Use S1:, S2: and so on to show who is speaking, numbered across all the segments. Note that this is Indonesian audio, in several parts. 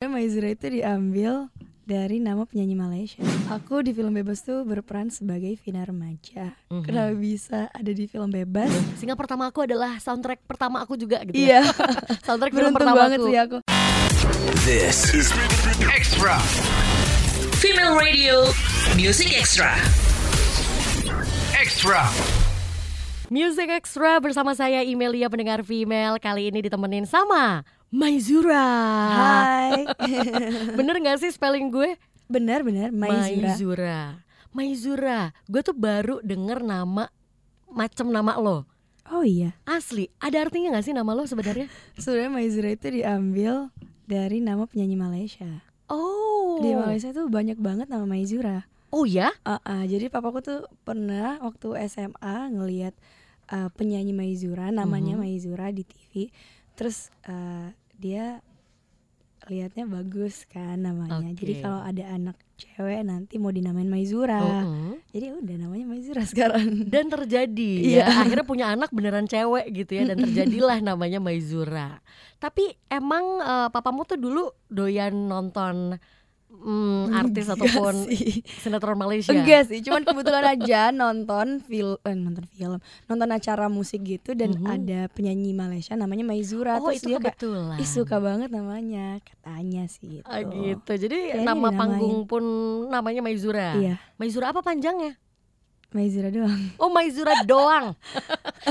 S1: Nama Izra itu diambil dari nama penyanyi Malaysia. Aku di film Bebas tuh berperan sebagai Vina remaja.
S2: Mhm.
S1: Kenapa bisa ada di film Bebas?
S2: Single pertama aku adalah soundtrack pertama aku juga gitu. ya.
S1: Iya,
S2: soundtrack film
S1: beruntung
S2: pertama
S1: banget
S2: aku.
S1: sih aku.
S3: This is Extra.
S4: Female Radio Music Extra.
S3: Extra.
S2: Music Extra bersama saya Imelia pendengar female kali ini ditemenin sama Maizura.
S1: Hai.
S2: Bener gak sih spelling gue?
S1: benar benar Maizura.
S2: Maizura. Maizura. Gue tuh baru denger nama macam nama lo.
S1: Oh iya.
S2: Asli, ada artinya gak sih nama lo sebenarnya?
S1: Sebenarnya Maizura itu diambil dari nama penyanyi Malaysia.
S2: Oh.
S1: Di Malaysia tuh banyak banget nama Maizura.
S2: Oh ya?
S1: Ah, ah, jadi papaku tuh pernah waktu SMA ngelihat ah, penyanyi Maizura, namanya
S2: Mhm.
S1: Maizura di TV. Terus ah, dia lihatnya bagus kan namanya. Jadi
S2: Oke. Oh,
S1: kalau ada anak cewek nanti mau dinamain Maizura.
S2: Mm-mm.
S1: Jadi udah namanya Maizura sekarang.
S2: dan terjadi
S1: Iya.
S2: ya akhirnya punya anak beneran cewek gitu ya dan terjadilah namanya Maizura tapi emang eh, papamu tuh dulu doyan nonton mm, artis
S1: Enggak
S2: ataupun
S1: iya
S2: iya.
S1: sih.
S2: sinetron Malaysia
S1: Enggak sih, cuman kebetulan aja nonton film eh, nonton film, nonton acara musik gitu dan
S2: Mhm.
S1: ada penyanyi Malaysia namanya Maizura
S2: oh
S1: Terus
S2: itu
S1: dia kayak,
S2: kebetulan
S1: Ih suka banget namanya katanya sih gitu.
S2: Ah, gitu jadi
S1: Kayaknya
S2: nama
S1: dinamain.
S2: panggung pun namanya Maizura
S1: Iya,
S2: Maizura apa panjangnya
S1: Maizura doang.
S2: oh Maizura doang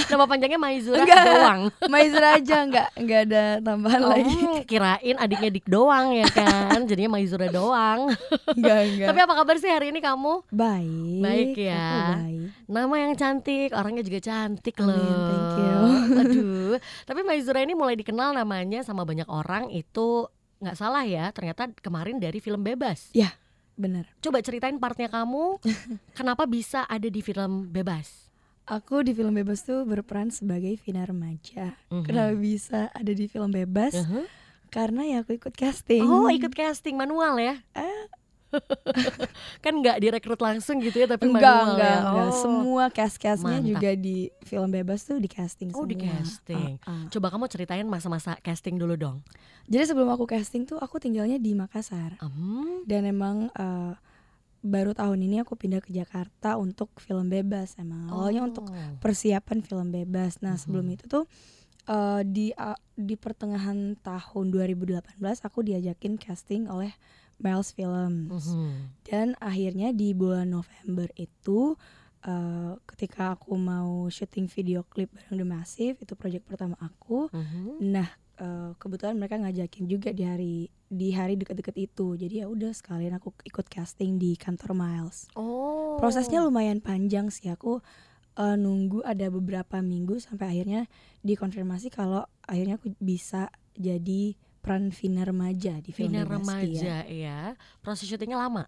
S2: nama panjangnya Maizura
S1: Enggak.
S2: doang
S1: Maizura aja nggak nggak ada tambahan lagi.
S2: Oh, kirain adiknya dik doang ya kan jadinya Maizura doang
S1: Enggak enggak.
S2: tapi apa kabar sih hari ini kamu
S1: baik.
S2: Baik ya.
S1: aku baik.
S2: Nama yang cantik, orangnya juga cantik
S1: Amin,
S2: loh.
S1: thank you.
S2: Aduh, tapi Maizura ini mulai dikenal namanya sama banyak orang itu nggak salah ya. Ternyata kemarin dari film Bebas.
S1: Bener.
S2: Coba ceritain partnya kamu, kenapa bisa ada di film Bebas?
S1: Aku di film bebas tuh berperan sebagai Vina remaja.
S2: Mhm.
S1: Kenapa bisa ada di film bebas?
S2: Mhm.
S1: Karena ya aku ikut casting.
S2: Oh, ikut casting manual ya?
S1: Eh.
S2: kan nggak direkrut langsung gitu ya, tapi
S1: Enggak,
S2: manual
S1: enggak,
S2: ya.
S1: enggak.
S2: Oh.
S1: Semua cast-castnya
S2: Mantap.
S1: juga di film bebas tuh di casting
S2: Oh,
S1: semua.
S2: di casting.
S1: Ah, ah.
S2: Coba kamu ceritain masa-masa casting dulu dong.
S1: Jadi sebelum aku casting tuh aku tinggalnya di Makassar.
S2: Hmm,
S1: dan emang eh, baru tahun ini aku pindah ke Jakarta untuk film bebas emang awalnya ya untuk
S2: oh.
S1: persiapan film bebas nah sebelum itu tuh eh, di a- di pertengahan tahun 2018 aku diajakin casting oleh Miles Film
S2: Mhm.
S1: dan akhirnya di bulan November itu eh, ketika aku mau syuting video klip bareng The Massive itu proyek pertama aku
S2: Mhm.
S1: Nah, eh, kebetulan mereka ngajakin juga di hari di hari deket-deket itu. Jadi ya udah sekalian aku ikut casting di kantor Miles.
S2: Oh.
S1: Prosesnya lumayan panjang sih. Aku eh, nunggu ada beberapa minggu sampai akhirnya dikonfirmasi kalau akhirnya aku bisa jadi peran Vina remaja di film
S2: Vina
S1: Bebas, iya.
S2: remaja ya. Proses syutingnya lama.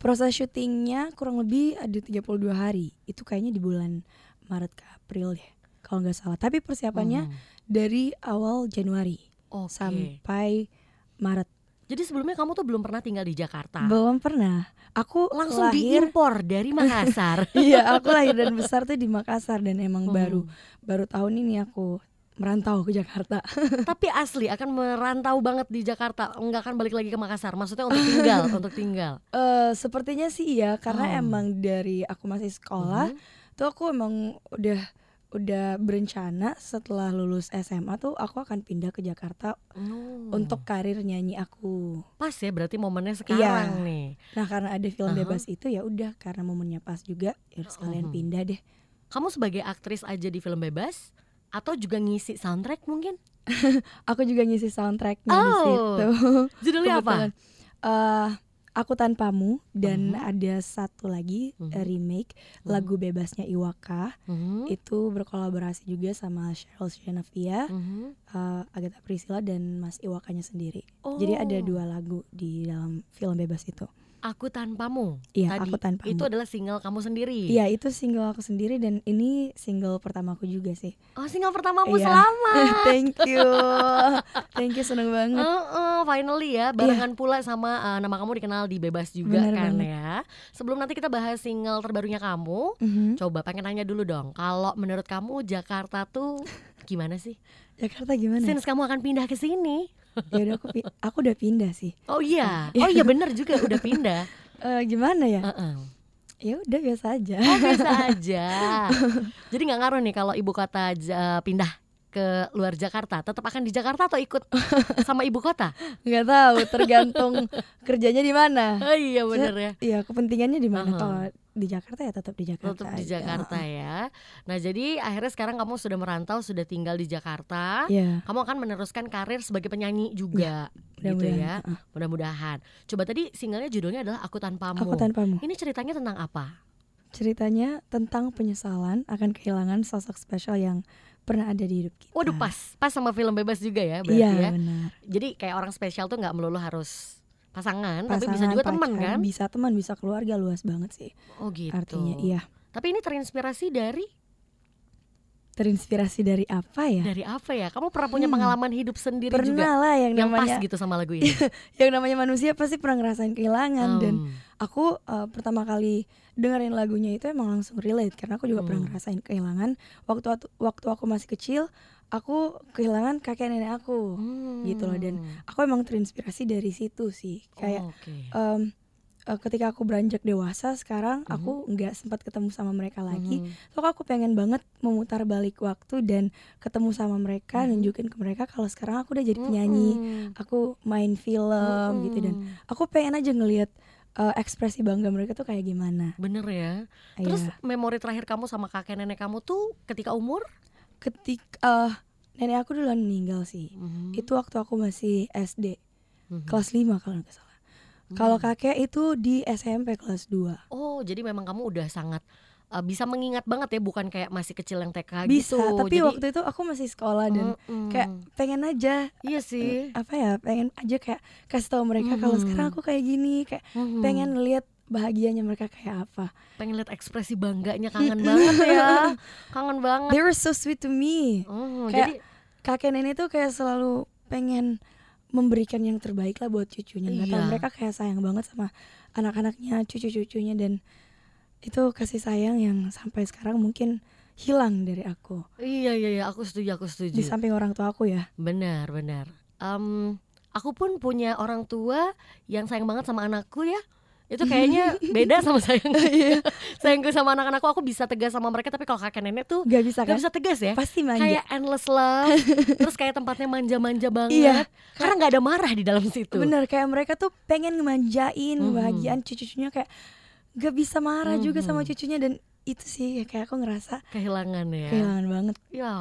S1: Proses syutingnya kurang lebih ada 32 hari. Itu kayaknya di bulan Maret ke April deh kalau nggak salah. Tapi persiapannya
S2: Hmm.
S1: dari awal Januari.
S2: Oke.
S1: sampai Maret.
S2: Jadi sebelumnya kamu tuh belum pernah tinggal di Jakarta.
S1: Belum pernah. Aku
S2: Langsung
S1: lahir.
S2: diimpor dari Makassar.
S1: iya, aku lahir dan besar tuh di Makassar dan emang
S2: Hmm.
S1: baru baru tahun ini aku merantau ke Jakarta.
S2: Tapi asli akan merantau banget di Jakarta. Enggak akan balik lagi ke Makassar. Maksudnya untuk tinggal, untuk tinggal.
S1: Eh sepertinya sih iya, karena
S2: Hmm.
S1: emang dari aku masih sekolah
S2: Mhm.
S1: tuh aku emang udah udah berencana setelah lulus SMA tuh aku akan pindah ke Jakarta
S2: Oh.
S1: untuk Iya. karir nyanyi aku.
S2: pas ya berarti momennya sekarang nih.
S1: Nah, karena ada film
S2: Aha.
S1: bebas itu ya udah karena momennya pas juga ya udah sekalian
S2: Mhm.
S1: pindah deh.
S2: Kamu sebagai aktris aja di film bebas atau juga ngisi soundtrack mungkin?
S1: Aku juga ngisi soundtracknya di
S2: Oh.
S1: situ.
S2: Judulnya
S1: Kebetulan.
S2: apa?
S1: Eh, aku tanpamu dan
S2: Mhm.
S1: ada satu lagi
S2: Mhm.
S1: eh, remake
S2: Mhm.
S1: lagu bebasnya Iwaka
S2: Mhm.
S1: itu berkolaborasi juga sama Cheryl Shenavia,
S2: Mhm.
S1: eh, Agatha Priscilla dan Mas Iwakanya sendiri. Jadi ada
S2: Oh.
S1: dua lagu di dalam film bebas itu.
S2: Aku tanpamu.
S1: Iya,
S2: Tadi
S1: aku tanpamu.
S2: Itu adalah single kamu sendiri.
S1: Iya, itu single aku sendiri dan ini single pertama aku juga sih.
S2: Oh single pertamamu
S1: Iya.
S2: selama
S1: Thank you. Thank you seneng banget.
S2: finally ya barengan pula sama eh, nama kamu dikenal di Bebas juga
S1: Bener
S2: kan
S1: banget.
S2: ya Sebelum nanti kita bahas single terbarunya kamu
S1: Mhm.
S2: Coba pengen nanya dulu dong Kalau menurut kamu Jakarta tuh gimana sih?
S1: Jakarta gimana?
S2: Since kamu akan pindah ke sini
S1: ya udah aku pi- aku udah pindah sih
S2: Oh iya, oh iya bener juga udah pindah.
S1: Eh, gimana ya
S2: Heeh.
S1: ya udah biasa aja
S2: Oh, biasa aja. Jadi nggak ngaruh nih kalau ibu kota j- pindah ke luar Jakarta, tetap akan di Jakarta atau ikut sama ibu kota?
S1: nggak tahu tergantung kerjanya di mana
S2: Oh iya bener ya.
S1: Iya kepentingannya di mana
S2: Aha.
S1: kalau di Jakarta ya tetap di Jakarta
S2: Tetap di
S1: aja.
S2: Jakarta ya. Nah, jadi akhirnya sekarang kamu sudah merantau, sudah tinggal di Jakarta.
S1: Iya
S2: Kamu akan meneruskan karir sebagai penyanyi juga gitu
S1: mudah-mudahan.
S2: ya.
S1: Heeh.
S2: Mudah-mudahan. Coba tadi singlenya judulnya adalah Aku Tanpamu.
S1: aku tanpamu
S2: Ini ceritanya tentang apa?
S1: ceritanya tentang penyesalan akan kehilangan sosok spesial yang pernah ada di hidup kita
S2: Waduh pas, pas sama film bebas juga ya berarti
S1: Ah. iya
S2: ya.
S1: benar
S2: Jadi kayak orang spesial tuh nggak melulu harus pasangan, tapi bisa
S1: Pasangan,
S2: juga teman
S1: pacar,
S2: kan?
S1: bisa teman bisa keluarga luas banget sih
S2: Oh gitu.
S1: artinya iya
S2: Tapi ini terinspirasi dari
S1: terinspirasi dari apa ya
S2: dari apa ya? Kamu pernah punya
S1: Hmm.
S2: pengalaman hidup sendiri juga
S1: pernah lah yang,
S2: yang
S1: namanya
S2: pas gitu sama lagu ini.
S1: yang namanya manusia pasti pernah ngerasain kehilangan dan
S2: Hmm.
S1: aku eh, pertama kali dengerin lagunya itu emang langsung relate karena aku juga
S2: Hmm.
S1: pernah ngerasain kehilangan waktu waktu aku masih kecil aku kehilangan kakek nenek aku gitu loh, dan
S2: Oh. Hmm.
S1: aku emang terinspirasi dari situ sih kayak
S2: Oh, oke.
S1: em,
S2: Oh.
S1: eh, ketika aku beranjak dewasa sekarang
S2: Hmm.
S1: aku nggak sempat ketemu sama mereka lagi
S2: Mhm.
S1: so aku pengen banget memutar balik waktu dan ketemu sama mereka
S2: Hmm.
S1: nunjukin ke mereka kalau sekarang aku udah jadi penyanyi
S2: Mm-mm.
S1: aku main film gitu dan
S2: Mm-mm.
S1: aku pengen aja ngelihat eh, ekspresi bangga mereka tuh kayak gimana.
S2: bener ya. Terus
S1: Iya.
S2: memori terakhir kamu sama kakek nenek kamu tuh ketika umur?
S1: ketika eh, nenek aku duluan meninggal sih. Mm-hmm. Itu waktu aku masih SD,
S2: Mhm.
S1: kelas 5 kalau nggak salah. Kalau kakek itu di SMP kelas 2.
S2: Oh, jadi memang kamu udah sangat uh, bisa mengingat banget ya, bukan kayak masih kecil yang TK
S1: Bisa,
S2: gitu.
S1: tapi
S2: Jadi-
S1: waktu itu aku masih sekolah dan
S2: Mm-mm.
S1: kayak pengen aja
S2: iya sih.
S1: apa ya, pengen aja kayak kasih tahu mereka kalau
S2: Mhm.
S1: sekarang aku kayak gini, kayak
S2: Mhm.
S1: pengen lihat bahagianya mereka kayak apa.
S2: pengen lihat ekspresi bangganya kangen banget ya. Kangen banget.
S1: They were so sweet to me. Kayak-
S2: Mm, jadi
S1: kakek nenek tuh kayak selalu pengen memberikan yang terbaik lah buat cucunya nggak tahu
S2: Iya.
S1: mereka kayak sayang banget sama anak-anaknya cucu-cucunya dan itu kasih sayang yang sampai sekarang mungkin hilang dari aku
S2: iya iya iya aku setuju aku
S1: di
S2: setuju.
S1: samping orang tua aku ya
S2: Benar benar. Em, aku pun punya orang tua yang sayang banget sama anakku ya. Itu kayaknya beda sama sayang. Sayangku sama anak-anakku aku bisa tegas sama mereka tapi kalau kakek nenek tuh
S1: nggak bisa
S2: gak
S1: kan
S2: bisa tegas ya.
S1: pasti manja
S2: Kayak endless love, terus kayak tempatnya manja-manja
S1: Iya.
S2: banget. Karena nggak ada marah di dalam situ.
S1: bener kayak mereka tuh pengen ngemanjain
S2: Mhm.
S1: kebahagiaan cucu-cucunya kayak nggak bisa marah juga sama
S2: Mhm.
S1: cucunya dan itu sih ya, kayak aku ngerasa
S2: Kehilangan ya.
S1: kehilangan banget
S2: Ya.
S1: Iya.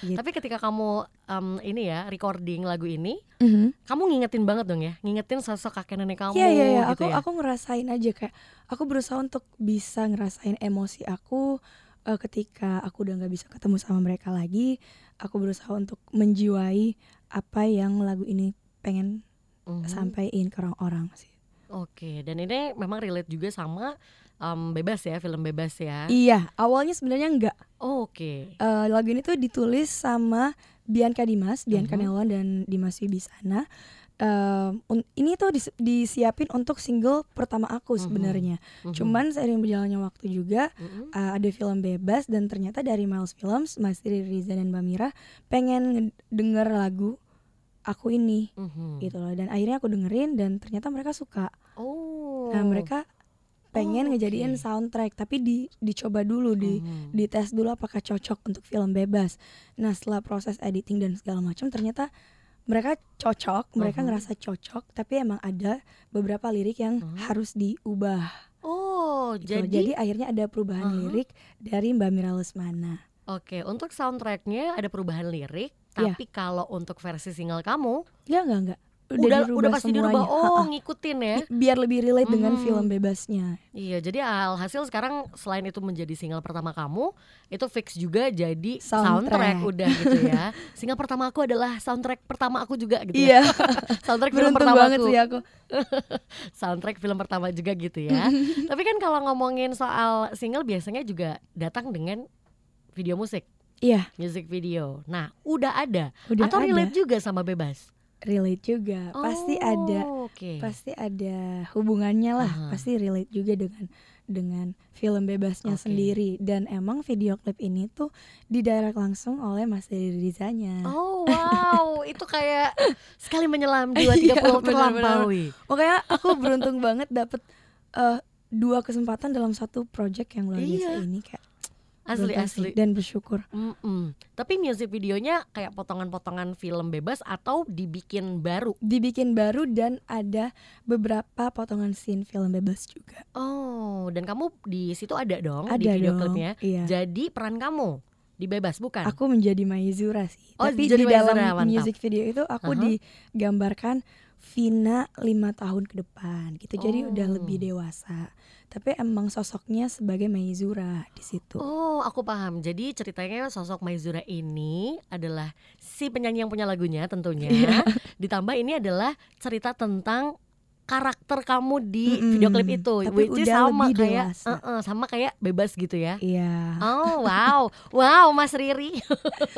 S1: Gitu.
S2: Tapi ketika kamu em, ini ya recording lagu ini,
S1: Mhm.
S2: kamu ngingetin banget dong ya, ngingetin sosok kakek nenek kamu
S1: Iya iya iya, aku
S2: gitu ya.
S1: aku ngerasain aja kayak aku berusaha untuk bisa ngerasain emosi aku eh, ketika aku udah nggak bisa ketemu sama mereka lagi. Aku berusaha untuk menjiwai apa yang lagu ini pengen
S2: Mhm.
S1: sampaikan ke orang-orang sih.
S2: Oke, dan ini memang relate juga sama em, bebas ya, film bebas ya.
S1: Iya, awalnya sebenarnya nggak
S2: Oh, Oke.
S1: Eh, lagu ini tuh ditulis sama Bianca Dimas, Bianca
S2: Mhm.
S1: Nelon dan Dimas Wibisana. Eh, un- ini tuh dis- disiapin untuk single pertama aku
S2: Mhm.
S1: sebenarnya.
S2: Mhm.
S1: Cuman seiring berjalannya waktu juga
S2: Mhm.
S1: Uh, ada film bebas dan ternyata dari Miles Films, Mas Riri Riza dan Mbak Mira pengen denger lagu aku ini
S2: Mhm.
S1: gitu loh dan akhirnya aku dengerin dan ternyata mereka suka.
S2: Oh.
S1: Nah, mereka pengen
S2: Oh,
S1: ngejadiin
S2: oke.
S1: soundtrack tapi di dicoba dulu di
S2: Mhm.
S1: dites dulu apakah cocok untuk film bebas. Nah, setelah proses editing dan segala macam ternyata mereka cocok, mereka
S2: Mhm.
S1: ngerasa cocok tapi emang ada beberapa lirik yang
S2: Mhm.
S1: harus diubah.
S2: Oh,
S1: Gitu.
S2: jadi, Hmm.
S1: Jadi akhirnya ada perubahan
S2: Aha.
S1: lirik dari Mbak Mira Lesmana.
S2: oke, untuk soundtracknya ada perubahan lirik,
S1: Iya.
S2: tapi kalau untuk versi single kamu
S1: Ya enggak enggak.
S2: udah
S1: dirubah
S2: udah pasti dirubah.
S1: semuanya.
S2: Oh,
S1: Ha-ha.
S2: ngikutin ya.
S1: biar lebih relate dengan
S2: Hmm.
S1: film bebasnya.
S2: Iya, jadi alhasil sekarang selain itu menjadi single pertama kamu, itu fix juga jadi
S1: Soundtrack.
S2: soundtrack, udah gitu ya. single pertama aku adalah soundtrack pertama aku juga gitu. ya.
S1: Iya,
S2: soundtrack film
S1: beruntung
S2: pertama
S1: banget
S2: aku.
S1: sih aku.
S2: Soundtrack film pertama juga gitu ya. Tapi kan kalau ngomongin soal single biasanya juga datang dengan video musik,
S1: Iya,
S2: music video. Nah, udah ada
S1: udah
S2: atau
S1: ada.
S2: relate juga sama bebas.
S1: relate juga pasti ada
S2: Oh, Ah. oke.
S1: pasti ada hubungannya lah
S2: Aha.
S1: pasti relate juga dengan dengan film bebasnya
S2: Oke.
S1: sendiri dan emang video klip ini tuh didirect langsung oleh Mas Dedi Rizanya
S2: Oh wow, itu kayak sekali menyelam
S1: Iya,
S2: dua tiga pulau
S1: benar-benar.
S2: terlampaui.
S1: makanya aku beruntung banget dapet eh, dua kesempatan dalam satu project yang luar biasa
S2: Iya.
S1: ini kayak
S2: Asli
S1: beruntung sih
S2: asli.
S1: dan bersyukur
S2: Mm-mm. Tapi music videonya kayak potongan-potongan film bebas atau dibikin baru.
S1: dibikin baru dan ada beberapa potongan scene film bebas juga
S2: Oh, dan kamu di situ ada dong Oh, di
S1: ada
S2: video
S1: dong
S2: klipnya.
S1: iya
S2: Jadi peran kamu di bebas bukan?
S1: aku menjadi Maizura sih.
S2: Oh,
S1: Tapi di
S2: jadi
S1: dalam
S2: Maizura, mantap.
S1: music video itu aku
S2: Aha.
S1: digambarkan Vina lima tahun ke depan gitu. Jadi
S2: Oh.
S1: udah lebih dewasa. Tapi emang sosoknya sebagai Maizura di situ.
S2: Oh, aku paham. Jadi ceritanya sosok Maizura ini adalah si penyanyi yang punya lagunya tentunya.
S1: Iya.
S2: Ditambah ini adalah cerita tentang karakter kamu di
S1: Mm-mm.
S2: video klip itu,
S1: Tapi
S2: which is
S1: udah
S2: sama
S1: lebih
S2: kayak
S1: dewasa.
S2: eh, eh, sama kayak bebas gitu ya.
S1: Iya.
S2: Oh wow, wow Mas Riri,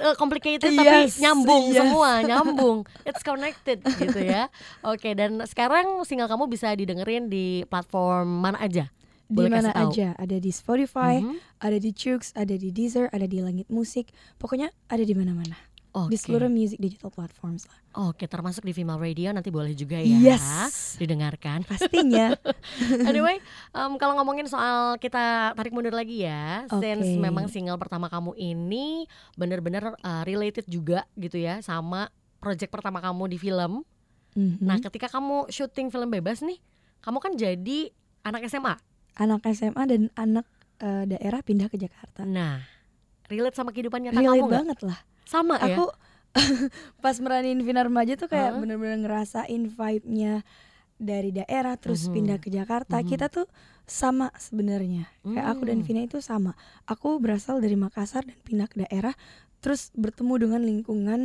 S2: Eh, complicated
S1: Yes,
S2: tapi nyambung
S1: yes.
S2: semua, nyambung, it's connected gitu ya. Oke dan sekarang single kamu bisa didengerin di platform mana aja?
S1: Di
S2: Boleh
S1: mana
S2: kasih tahu.
S1: aja? Ada di Spotify,
S2: Mhm.
S1: ada di Chooks, ada di Deezer, ada di Langit Musik. Pokoknya ada di mana-mana.
S2: Oke.
S1: Di seluruh music digital platforms lah.
S2: Oke, termasuk di Female Radio nanti boleh juga ya
S1: Yes.
S2: didengarkan.
S1: Pastinya.
S2: Anyway, em, kalau ngomongin soal kita tarik mundur lagi ya,
S1: Oke.
S2: since memang single pertama kamu ini bener-bener eh, related juga gitu ya sama project pertama kamu di film.
S1: Mhm.
S2: Nah, ketika kamu syuting film bebas nih, kamu kan jadi anak SMA.
S1: anak SMA dan anak eh, daerah pindah ke Jakarta.
S2: Nah, relate sama kehidupan nyata
S1: Relate
S2: kamu Ya, nggak?
S1: banget lah.
S2: Sama ya.
S1: aku pas meranin Vina Remaja tuh kayak
S2: Hah?
S1: bener-bener ngerasain vibe-nya dari daerah terus
S2: Mhm.
S1: pindah ke Jakarta
S2: Mhm.
S1: kita tuh sama sebenarnya kayak aku dan
S2: Hmm.
S1: Vina itu sama aku berasal dari Makassar dan pindah ke daerah terus bertemu dengan lingkungan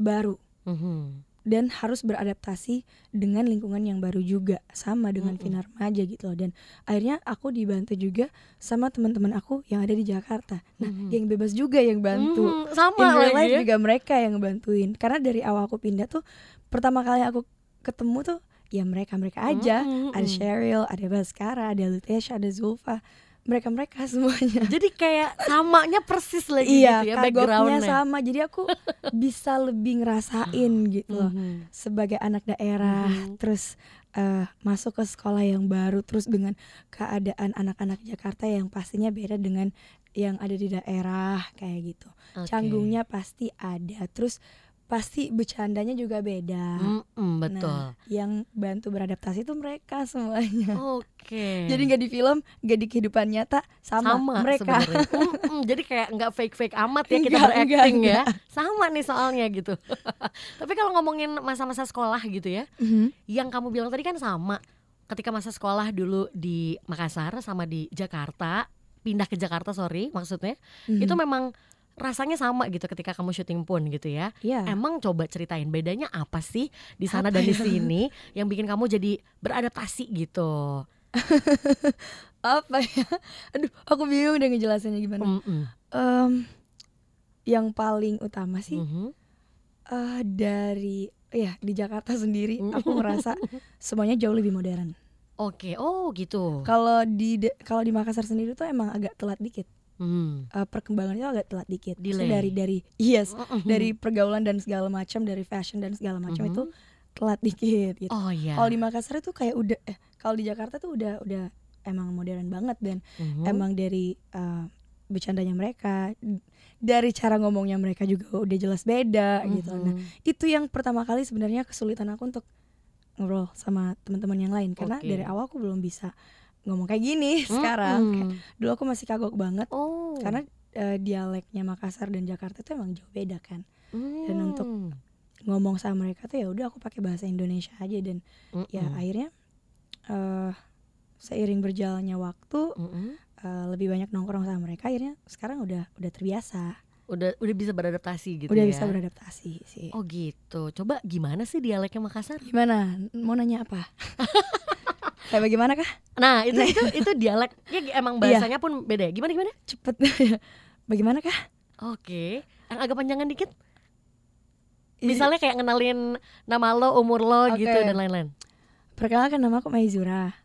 S1: baru
S2: Mhm.
S1: dan harus beradaptasi dengan lingkungan yang baru juga sama dengan
S2: Mm-mm.
S1: Vina Remaja gitu loh dan akhirnya aku dibantu juga sama teman-teman aku yang ada di Jakarta nah
S2: Mhm.
S1: yang bebas juga yang bantu
S2: Mhm, sama
S1: in real
S2: lagi
S1: life
S2: ya.
S1: juga mereka yang ngebantuin karena dari awal aku pindah tuh pertama kali aku ketemu tuh ya mereka mereka aja
S2: Mhm,
S1: ada
S2: mhm.
S1: Cheryl ada Baskara ada Lutesha ada Zulfa mereka mereka semuanya
S2: Jadi kayak samanya persis lagi
S1: iya
S2: gitu ya
S1: kagoknya
S2: backgroundnya.
S1: sama jadi aku bisa lebih ngerasain gitu loh
S2: Mhm.
S1: sebagai anak daerah
S2: Mhm.
S1: terus eh, masuk ke sekolah yang baru terus dengan keadaan anak-anak Jakarta yang pastinya beda dengan yang ada di daerah kayak gitu
S2: Oke.
S1: canggungnya pasti ada terus pasti bercandanya juga beda
S2: Mm-mm, Mhm, betul.
S1: nah yang bantu beradaptasi itu mereka semuanya
S2: Oke.
S1: jadi nggak di film nggak di kehidupan nyata sama, mereka
S2: sebenarnya. Mm-mm, jadi kayak nggak fake fake amat ya kita
S1: Nggak,
S2: berakting
S1: nggak,
S2: ya. Sama nih soalnya gitu. Tapi kalau ngomongin masa-masa sekolah gitu ya,
S1: Mhm.
S2: yang kamu bilang tadi kan sama. Ketika masa sekolah dulu di Makassar sama di Jakarta, pindah ke Jakarta sorry maksudnya,
S1: Mhm.
S2: Mm-hmm. itu memang rasanya sama gitu ketika kamu syuting pun gitu ya.
S1: Iya.
S2: Emang coba ceritain bedanya apa sih di sana
S1: Apa
S2: dan di
S1: ya?
S2: sini yang bikin kamu jadi beradaptasi gitu.
S1: apa ya aduh aku bingung deh ngejelasinnya gimana
S2: Mm-mm.
S1: Em, yang paling utama sih
S2: Mhm.
S1: eh, dari ya di Jakarta sendiri
S2: Mm.
S1: aku merasa semuanya jauh lebih modern
S2: Oke, oh gitu.
S1: kalau di de- kalau di Makassar sendiri tuh emang agak telat dikit
S2: Hmm.
S1: eh, perkembangan itu agak telat dikit Maksudnya
S2: Delay. Mm.
S1: dari dari yes
S2: Mm-mm.
S1: dari pergaulan dan segala macam dari fashion dan segala macam
S2: Mhm.
S1: itu telat dikit gitu
S2: Oh iya.
S1: kalau di Makassar itu kayak udah eh, kalau di Jakarta tuh udah udah emang modern banget dan
S2: Mhm.
S1: emang dari eh, bercandanya mereka dari cara ngomongnya mereka juga udah jelas beda gitu nah
S2: Mhm.
S1: itu yang pertama kali sebenarnya kesulitan aku untuk ngobrol sama teman-teman yang lain karena
S2: Oke.
S1: dari awal aku belum bisa ngomong kayak gini sekarang Kayak,
S2: Mm-mm.
S1: dulu aku masih kagok banget
S2: Mm-hmm. Oh.
S1: karena eh, dialeknya Makassar dan Jakarta itu emang jauh beda kan dan untuk
S2: Mm.
S1: ngomong sama mereka tuh ya udah aku pakai bahasa Indonesia aja dan
S2: Mm-mm.
S1: ya akhirnya eh seiring berjalannya waktu
S2: Mm-mm.
S1: eh, lebih banyak nongkrong sama mereka akhirnya sekarang udah udah terbiasa
S2: udah udah bisa beradaptasi gitu
S1: udah
S2: ya.
S1: bisa beradaptasi sih
S2: Oh gitu. Coba gimana sih dialeknya Makassar?
S1: gimana mau nanya apa kayak bagaimana kah
S2: Nah, itu itu itu dialeknya
S1: Iya.
S2: emang bahasanya pun beda. ya? Gimana gimana?
S1: cepet bagaimana kah
S2: Oke. Yang agak panjangan dikit.
S1: Iya,
S2: Misalnya kayak ngenalin nama lo, umur lo
S1: Oke.
S2: gitu dan lain-lain.
S1: Perkenalkan nama aku Maizura.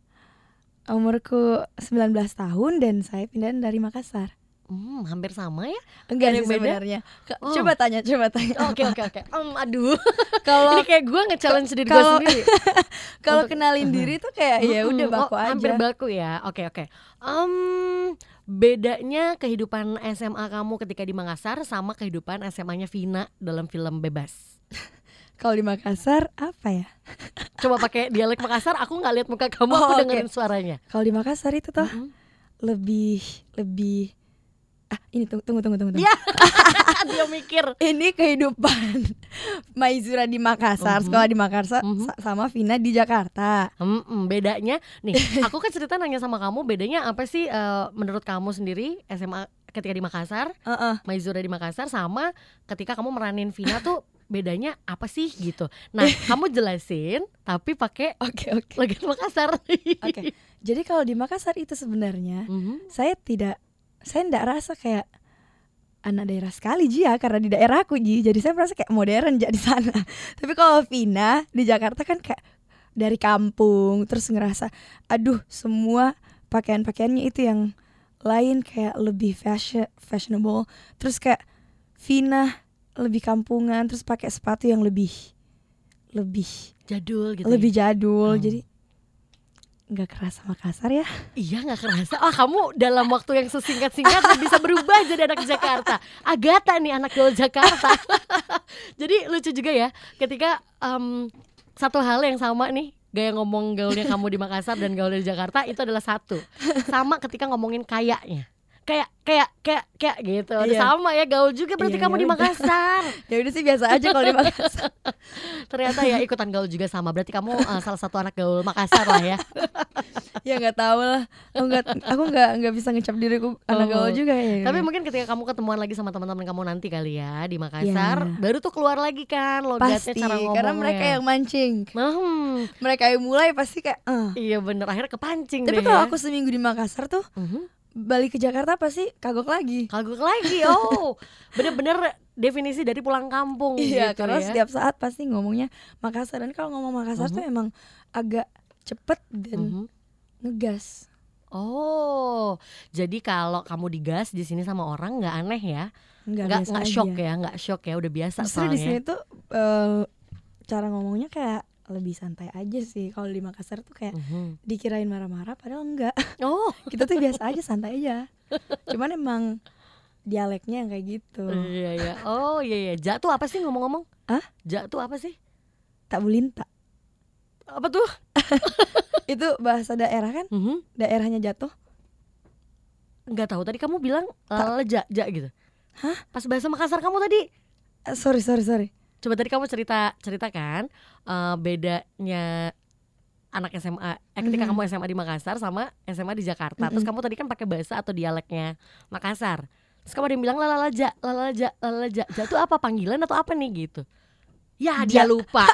S1: Umurku 19 tahun dan saya pindahan dari Makassar.
S2: Hmm, hampir sama ya.
S1: Enggak
S2: Ada
S1: sih
S2: yang beda?
S1: sebenarnya. Ke-
S2: Oh.
S1: Coba tanya, coba tanya.
S2: Oke oke oke. Em, Um, aduh.
S1: Kalau
S2: Ini kayak gue nge-challenge diri gue
S1: kalau-
S2: sendiri.
S1: kalau
S2: Untuk-
S1: kenalin diri tuh kayak ya
S2: Mm-mm.
S1: udah baku
S2: Oh,
S1: aja.
S2: Hampir baku ya. Oke oke. Em, bedanya kehidupan SMA kamu ketika di Makassar sama kehidupan SMA-nya Vina dalam film Bebas.
S1: Kalau di Makassar apa ya?
S2: Coba pakai dialek Makassar, aku nggak lihat muka kamu,
S1: Oh,
S2: aku
S1: oke.
S2: dengerin suaranya. Mm-hmm.
S1: Kalau di Makassar itu toh
S2: Mm-mm.
S1: lebih lebih ah ini tunggu tunggu tunggu tunggu.
S2: Ya. Dia mikir.
S1: Ini kehidupan Maizura di Makassar,
S2: Mhm.
S1: sekolah di Makassar
S2: Mhm.
S1: sa- sama Vina di Jakarta.
S2: Mm-mm, bedanya nih, aku kan cerita nanya sama kamu bedanya apa sih eh, menurut kamu sendiri SMA ketika di Makassar,
S1: Heeh.
S2: Maizura di Makassar sama ketika kamu meranin Vina tuh bedanya apa sih gitu. Nah, kamu jelasin tapi pakai
S1: Oke oke.
S2: Lagi Makassar.
S1: Oke. Jadi kalau di Makassar itu sebenarnya
S2: Mhm,
S1: saya tidak saya tidak rasa kayak anak daerah sekali Ji ya karena di daerahku Ji jadi saya merasa kayak modern jadi sana tapi kalau Vina di Jakarta kan kayak dari kampung terus ngerasa aduh semua pakaian-pakaiannya itu yang lain kayak lebih fashion fashionable terus kayak Vina lebih kampungan terus pakai sepatu yang lebih lebih
S2: Jadul gitu.
S1: lebih
S2: ya?
S1: jadul
S2: Hmm.
S1: jadi nggak kerasa Makassar ya
S2: Iya nggak kerasa. Ah kamu dalam waktu yang sesingkat-singkatnya bisa berubah jadi anak Jakarta. Agata nih anak gaul Jakarta. jadi lucu juga ya ketika em, satu hal yang sama nih gaya ngomong gaulnya kamu di Makassar dan gaulnya di Jakarta itu adalah satu. Sama ketika ngomongin kayaknya. Kayak kayak kayak kayak gitu.
S1: Iya.
S2: Sama ya gaul juga berarti
S1: Iya,
S2: kamu
S1: ya
S2: di
S1: udah.
S2: Makassar.
S1: ya udah sih biasa aja kalau di Makassar
S2: Ternyata ya ikutan gaul juga sama. Berarti kamu eh, salah satu anak gaul Makassar lah ya.
S1: ya nggak tahu lah aku nggak aku nggak nggak bisa ngecap diriku anak
S2: Oh.
S1: gaul juga ya
S2: Tapi mungkin ketika kamu ketemuan lagi sama teman-teman kamu nanti kali ya di Makassar,
S1: Iya.
S2: baru tuh keluar lagi kan logatnya
S1: pasti
S2: cara ngomongnya.
S1: karena mereka yang mancing
S2: Nah, hmm,
S1: mereka yang mulai pasti kayak "Eh."
S2: iya bener akhirnya kepancing
S1: tapi
S2: deh
S1: kalau
S2: ya.
S1: aku seminggu di Makassar tuh
S2: Mhm.
S1: balik ke Jakarta pasti kagok lagi
S2: kagok lagi. Oh, bener-bener definisi dari pulang kampung
S1: iya
S2: gitu
S1: karena
S2: ya.
S1: setiap saat pasti ngomongnya Makassar dan kalau ngomong Makassar tuh
S2: Uh-huh.
S1: emang agak cepet dan
S2: Mhm.
S1: ngegas
S2: Oh, jadi kalau kamu digas di sini sama orang nggak aneh ya, nggak
S1: biasa
S2: nggak
S1: aja.
S2: shock ya, nggak shock ya, udah biasa
S1: justru
S2: soalnya.
S1: di sini tuh eh, cara ngomongnya kayak lebih santai aja sih kalau di Makassar tuh kayak
S2: Mhm.
S1: dikirain marah-marah padahal enggak
S2: Oh,
S1: kita tuh biasa aja santai aja cuman emang dialeknya yang kayak gitu
S2: iya iya. Oh iya iya. Ja tuh apa sih ngomong-ngomong?
S1: Hah?
S2: Ja tuh apa sih?
S1: tak bulinta
S2: Apa tuh?
S1: itu bahasa daerah kan
S2: Mhm.
S1: daerahnya jatuh
S2: nggak tahu tadi kamu bilang leja ja gitu hah pas bahasa Makassar kamu tadi
S1: Eh, sorry sorry sorry
S2: coba tadi kamu cerita ceritakan eh, bedanya anak SMA eh, ketika
S1: Mhm.
S2: kamu SMA di Makassar sama SMA di Jakarta terus
S1: Mm-mm.
S2: kamu tadi kan pakai bahasa atau dialeknya Makassar terus kamu ada yang bilang lalalaja lalalaja lalalaja ja itu apa panggilan atau apa nih gitu ya
S1: Ja.
S2: dia lupa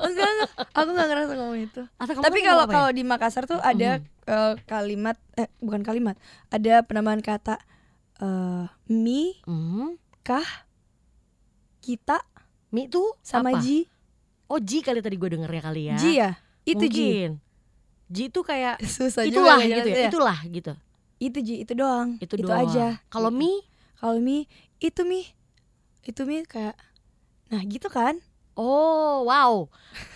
S1: enggak enggak aku nggak ngerasa ngomong itu
S2: atau kamu
S1: tapi
S2: tadi
S1: kalau
S2: ngomong apa ya? Hmm.
S1: kalau di Makassar tuh ada eh, kalimat eh bukan kalimat ada penamaan kata eh mi
S2: Mhm.
S1: kita
S2: mi tuh
S1: sama
S2: apa?
S1: ji
S2: oh ji kali tadi gue dengernya kali ya
S1: ji ya itu ji
S2: Mungkin. ji itu kayak
S1: susah juga
S2: itulah gitu ya.
S1: ngejelasin
S2: Itulah gitu.
S1: itu ji itu doang
S2: Itu, doang.
S1: aja
S2: Kalau
S1: Gitu.
S2: mie,
S1: kalau mi itu mi itu mi kayak nah gitu kan
S2: oh wow.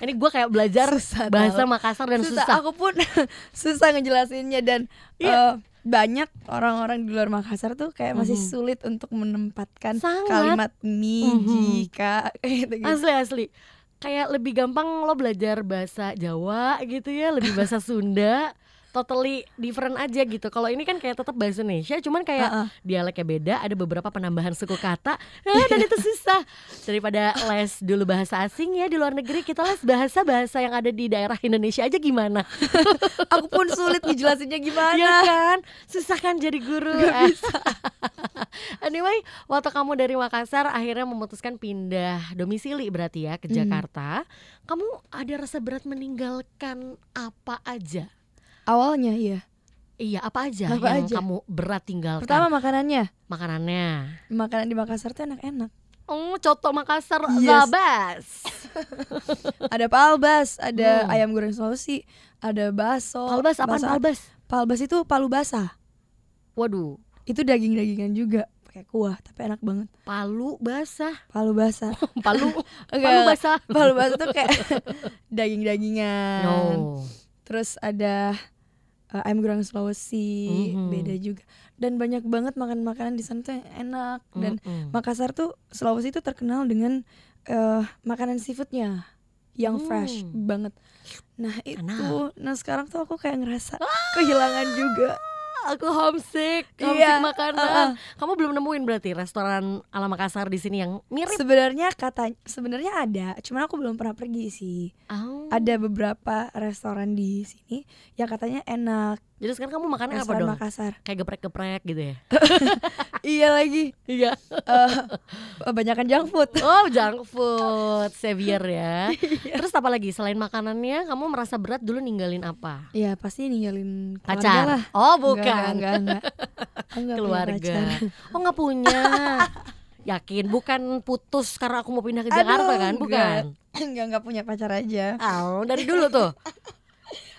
S2: Ini gua kayak belajar
S1: Susah
S2: bahasa
S1: tau.
S2: Makassar dan susah. Iya.
S1: aku pun susah ngejelasinnya dan eh, banyak orang-orang di luar Makassar tuh kayak masih
S2: Mhm.
S1: sulit untuk menempatkan
S2: Sangat.
S1: kalimat mi
S2: Mhm.
S1: jika kayak gitu gitu
S2: Asli asli. Kayak lebih gampang lo belajar bahasa Jawa gitu ya, lebih bahasa Sunda. Totally different aja gitu. Kalau ini kan kayak tetap bahasa Indonesia, cuman kayak
S1: Heeh.
S2: dialeknya beda, ada beberapa penambahan suku kata. Eh, dan itu susah. Daripada les dulu bahasa asing ya di luar negeri, kita les bahasa-bahasa yang ada di daerah Indonesia aja gimana?
S1: aku pun sulit ngejelasinnya gimana
S2: Iya kan? Susah kan jadi guru. anyway, waktu kamu dari Makassar akhirnya memutuskan pindah domisili berarti ya ke
S1: Hmm.
S2: Jakarta. Kamu ada rasa berat meninggalkan apa aja?
S1: awalnya iya
S2: Iya, apa aja
S1: Apa
S2: yang
S1: aja?
S2: kamu berat tinggalkan?
S1: pertama makanannya
S2: makanannya.
S1: makanan di Makassar tuh enak-enak
S2: oh, coto Makassar
S1: Yes.
S2: gabas.
S1: ada palbas, ada ayam goreng Sulawesi, ada baso.
S2: Hmm. Palbas Oh, apaan
S1: baso-
S2: palbas?
S1: Palbas itu palu basah.
S2: Waduh,
S1: Itu daging-dagingan juga pakai kuah, tapi enak banget.
S2: palu basah.
S1: Palu basah.
S2: Palu Oh, palu
S1: Enggak.
S2: basah.
S1: palu basah tuh kayak daging-dagingan.
S2: No.
S1: Terus ada eh, ayam goreng Sulawesi,
S2: Mhm.
S1: beda juga. Dan banyak banget makan-makanan di sana tuh yang enak dan
S2: Mm-mm.
S1: Makassar tuh Sulawesi itu terkenal dengan eh, makanan seafoodnya yang fresh
S2: Hmm.
S1: banget. Nah itu,
S2: Enak.
S1: nah sekarang tuh aku kayak ngerasa kehilangan juga.
S2: aku homesick, homesick
S1: Iya,
S2: makanan. Kamu belum nemuin berarti restoran ala Makassar di sini yang mirip.
S1: Sebenarnya kata sebenarnya ada, cuman aku belum pernah pergi sih.
S2: Oh.
S1: Ada beberapa restoran di sini yang katanya enak.
S2: Jadi sekarang kamu makannya apa
S1: Restoran
S2: dong?
S1: Makassar.
S2: Kayak geprek-geprek gitu ya.
S1: iya lagi.
S2: Iya.
S1: Eh, banyakan junk food.
S2: Oh, junk food, savior ya.
S1: Iya.
S2: Terus apa lagi selain makanannya, kamu merasa berat dulu ninggalin apa?
S1: Iya pasti ninggalin keluarga
S2: Pacar.
S1: lah.
S2: Oh,
S1: Enggak,
S2: bukan.
S1: Enggak, enggak, enggak. Enggak punya
S2: Keluarga.
S1: pacar.
S2: Oh, nggak punya. Yakin bukan putus karena aku mau pindah ke
S1: Aduh,
S2: Jakarta kan?
S1: Enggak,
S2: Bukan.
S1: enggak, enggak punya pacar aja.
S2: Oh, dari dulu tuh.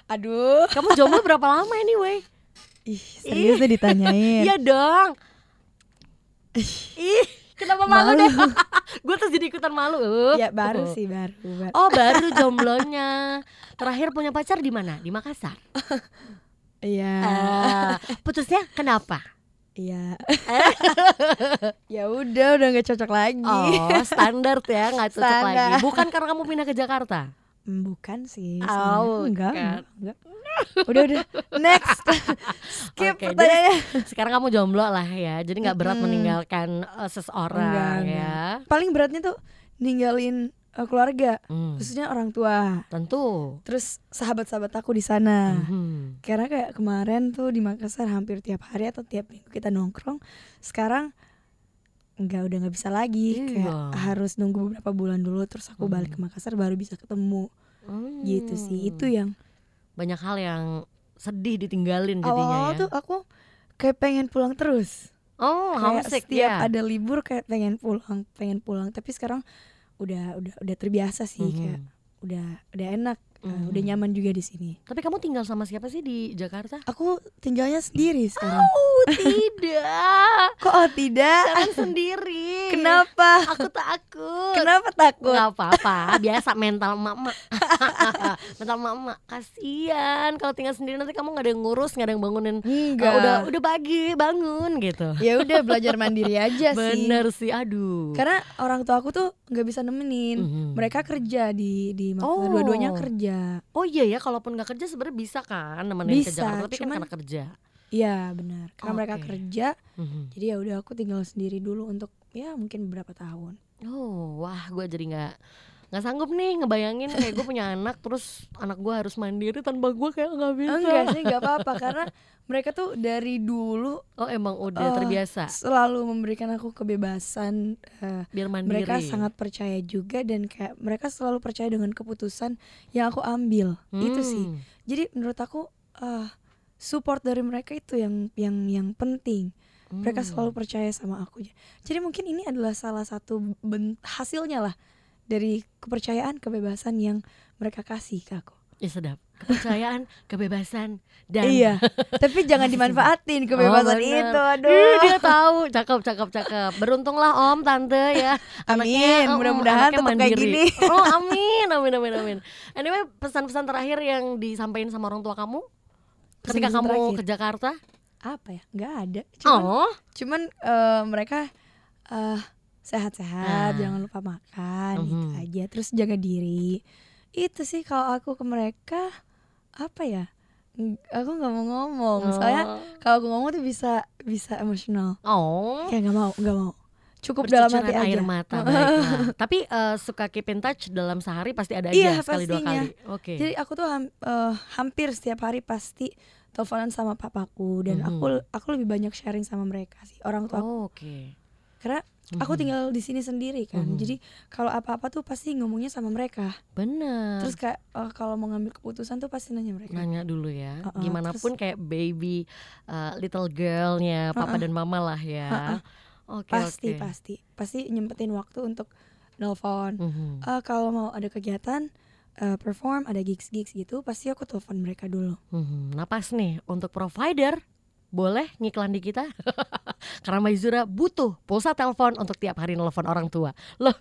S1: Aduh.
S2: Kamu jomblo berapa lama anyway?
S1: Ih, serius deh ditanyain.
S2: Iya dong. Ih, kenapa malu, deh? Gue terus jadi ikutan malu. Uh.
S1: ya baru sih, baru. baru.
S2: Oh, baru jomblonya. Terakhir punya pacar di mana? Di Makassar.
S1: Iya.
S2: Ah, putusnya kenapa?
S1: Iya. ya udah, udah nggak cocok lagi.
S2: Oh, standar ya, nggak cocok
S1: Standar.
S2: lagi. Bukan karena kamu pindah ke Jakarta.
S1: Hmm, Bukan sih. sebenarnya.
S2: Oh,
S1: enggak,
S2: bukan.
S1: enggak. Udah, udah. Next. Skip
S2: Oke,
S1: pertanyaannya.
S2: Sekarang kamu jomblo lah ya. Jadi nggak berat
S1: Mm-mm.
S2: meninggalkan eh, seseorang
S1: Enggak,
S2: ya.
S1: enggak. Paling beratnya tuh ninggalin eh, keluarga,
S2: Hmm,
S1: khususnya orang tua.
S2: tentu.
S1: Terus sahabat-sahabat aku di sana.
S2: Mhm.
S1: Karena kayak kemarin tuh di Makassar hampir tiap hari atau tiap minggu kita nongkrong. Sekarang nggak udah nggak bisa lagi.
S2: Iya.
S1: Kayak harus nunggu beberapa bulan dulu terus aku
S2: Hmm.
S1: balik ke Makassar baru bisa ketemu
S2: Hmm.
S1: gitu sih. Itu yang
S2: banyak hal yang sedih ditinggalin jadinya
S1: awal-awal
S2: ya.
S1: tuh aku kayak pengen pulang terus.
S2: oh,
S1: Kayak
S2: homesick
S1: setiap
S2: ya.
S1: ada libur kayak pengen pulang, pengen pulang. Tapi sekarang udah udah udah terbiasa sih
S2: Mhm.
S1: kayak udah udah enak, eh,
S2: Mhm.
S1: udah nyaman juga di sini.
S2: Tapi kamu tinggal sama siapa sih di Jakarta?
S1: Aku tinggalnya sendiri sekarang.
S2: Oh, tidak.
S1: Kok oh, tidak?
S2: Jangan sendiri.
S1: Kenapa?
S2: Aku takut.
S1: Kenapa takut?
S2: Gak apa-apa, biasa mental emak-emak Mental emak-emak, kasihan Kalau tinggal sendiri nanti kamu gak ada yang ngurus, gak ada yang bangunin
S1: Enggak.
S2: "Ah, Udah udah pagi, bangun gitu
S1: ya udah belajar mandiri aja Iya sih.
S2: Bener sih, aduh
S1: Karena orang tua aku tuh nggak bisa nemenin.
S2: Mhm.
S1: Mereka kerja di di Makassar.
S2: Oh.
S1: Dua-duanya kerja.
S2: Oh iya ya, kalaupun gak kerja sebenarnya bisa kan nemenin ke
S1: Bisa,
S2: Jakarta Tapi
S1: cuman-
S2: kan karena kerja
S1: Iya benar. Karena mereka
S2: Oke.
S1: kerja.
S2: Mhm.
S1: Jadi ya udah aku tinggal sendiri dulu untuk ya mungkin beberapa tahun.
S2: Oh, wah gue jadi gak nggak sanggup nih ngebayangin kayak gue punya anak terus anak gue harus mandiri tanpa gue kayak nggak bisa
S1: Enggak sih nggak apa-apa karena mereka tuh dari dulu
S2: oh emang udah
S1: Oh,
S2: terbiasa
S1: selalu memberikan aku kebebasan. eh,
S2: biar mandiri
S1: mereka sangat percaya juga dan kayak mereka selalu percaya dengan keputusan yang aku ambil. Itu sih.
S2: Hmm.
S1: jadi menurut aku eh, support dari mereka itu yang yang yang penting mereka
S2: Hmm.
S1: selalu percaya sama aku jadi mungkin ini adalah salah satu ben- hasilnya lah dari kepercayaan kebebasan yang mereka kasih ke aku
S2: Ya sedap. Kepercayaan, kebebasan dan
S1: iya tapi jangan dimanfaatin kebebasan
S2: Oh, bener.
S1: itu
S2: Ih,
S1: aduh
S2: dia tahu, cakep cakep cakep. Beruntunglah Om, Tante ya.
S1: Amin,
S2: eh,
S1: mudah-mudahan
S2: anaknya
S1: tetap kayak
S2: mandiri.
S1: gini.
S2: Oh, amin, amin amin amin. Anyway, pesan-pesan terakhir yang disampaikan sama orang tua kamu ketika
S1: Pesan-pesan
S2: kamu
S1: terakhir.
S2: ke Jakarta?
S1: apa ya nggak ada cuman
S2: oh,
S1: cuman eh, mereka eh, sehat-sehat
S2: Ah.
S1: jangan lupa makan gitu
S2: Mhm.
S1: aja terus jaga diri itu sih kalau aku ke mereka apa ya Ng- aku nggak mau ngomong soalnya kalau aku ngomong tuh bisa bisa emosional
S2: oh.
S1: kayak nggak mau nggak mau cukup dalam
S2: Bercucuran
S1: hati
S2: air
S1: aja
S2: mata baiklah. Tapi eh, suka keep in touch dalam sehari pasti ada aja
S1: Iya,
S2: sekali dua
S1: pastinya.
S2: kali. Oke.
S1: jadi aku tuh ham- eh, hampir setiap hari pasti teleponan sama papaku dan
S2: Mhm.
S1: aku aku lebih banyak sharing sama mereka sih orang tua aku
S2: Oh, Oke.
S1: karena aku
S2: Mhm.
S1: tinggal di sini sendiri kan
S2: Mhm.
S1: jadi kalau apa-apa tuh pasti ngomongnya sama mereka
S2: Bener.
S1: terus kayak eh, kalau mau ngambil keputusan tuh pasti nanya mereka
S2: nanya dulu ya
S1: Uh-uh,
S2: gimana
S1: terus-
S2: eh, pun kayak baby uh, little girlnya papa dan mama lah ya Oke,
S1: pasti
S2: oke.
S1: pasti pasti nyempetin waktu untuk nelpon
S2: Mhm.
S1: Eh, kalau mau ada kegiatan eh, perform ada gigs gigs gitu pasti aku telepon mereka dulu
S2: Hmm, napas nih untuk provider boleh ngiklan di kita karena Mbak Izura butuh pulsa telepon untuk tiap hari nelfon orang tua loh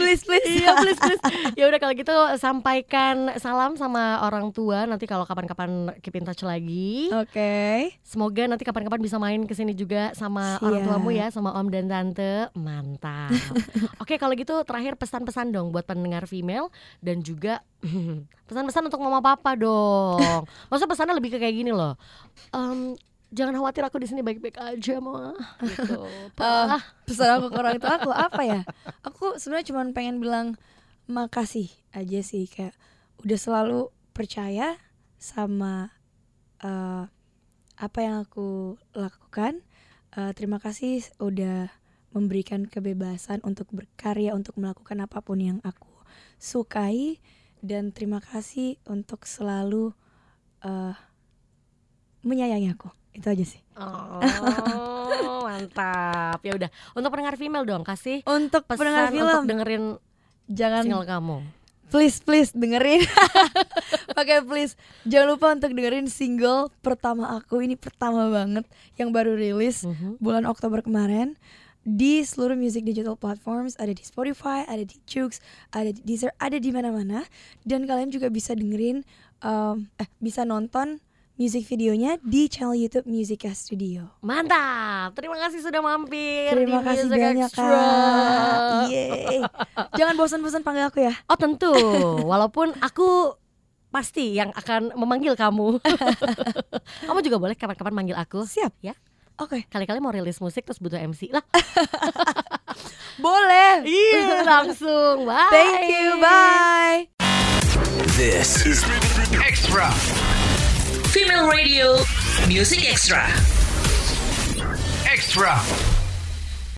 S1: please please
S2: iya please please ya udah kalau gitu sampaikan salam sama orang tua nanti kalau kapan-kapan keep in touch lagi
S1: oke
S2: semoga nanti kapan-kapan bisa main ke sini juga sama orang
S1: Siap.
S2: tuamu ya sama om dan tante mantap oke kalau gitu terakhir pesan-pesan dong buat pendengar female dan juga pesan-pesan untuk mama papa dong maksudnya pesannya lebih ke kayak gini loh Em, jangan khawatir aku di sini baik-baik aja mah gitu Pa.
S1: pesan aku ke orang tua aku apa ya aku sebenarnya cuma pengen bilang makasih aja sih kayak udah selalu percaya sama eh, apa yang aku lakukan Eh, terima kasih udah memberikan kebebasan untuk berkarya untuk melakukan apapun yang aku sukai dan terima kasih untuk selalu eh, menyayangi aku itu aja sih
S2: oh, mantap ya udah untuk pendengar female dong kasih
S1: untuk
S2: pesan
S1: pendengar film
S2: untuk dengerin
S1: jangan
S2: single kamu
S1: please please dengerin pakai please jangan lupa untuk dengerin single pertama aku ini pertama banget yang baru rilis
S2: Mhm.
S1: bulan Oktober kemarin di seluruh music digital platforms ada di Spotify ada di Joox ada di Deezer ada di mana-mana dan kalian juga bisa dengerin um, eh bisa nonton music videonya di channel YouTube Musica Studio
S2: Mantap, terima kasih sudah mampir
S1: terima
S2: di
S1: kasih
S2: Music
S1: banyak Iya.
S2: Extra.
S1: kak Yeay. jangan bosan-bosan panggil aku ya
S2: Oh tentu, walaupun aku pasti yang akan memanggil kamu. kamu juga boleh kapan-kapan manggil aku.
S1: siap
S2: Ya.
S1: oke
S2: Kali-kali mau rilis musik terus butuh MC lah.
S1: boleh
S2: Iya, langsung. Bye.
S1: Thank you. Bye.
S3: This is Extra.
S4: Female Radio Music Extra.
S3: Extra.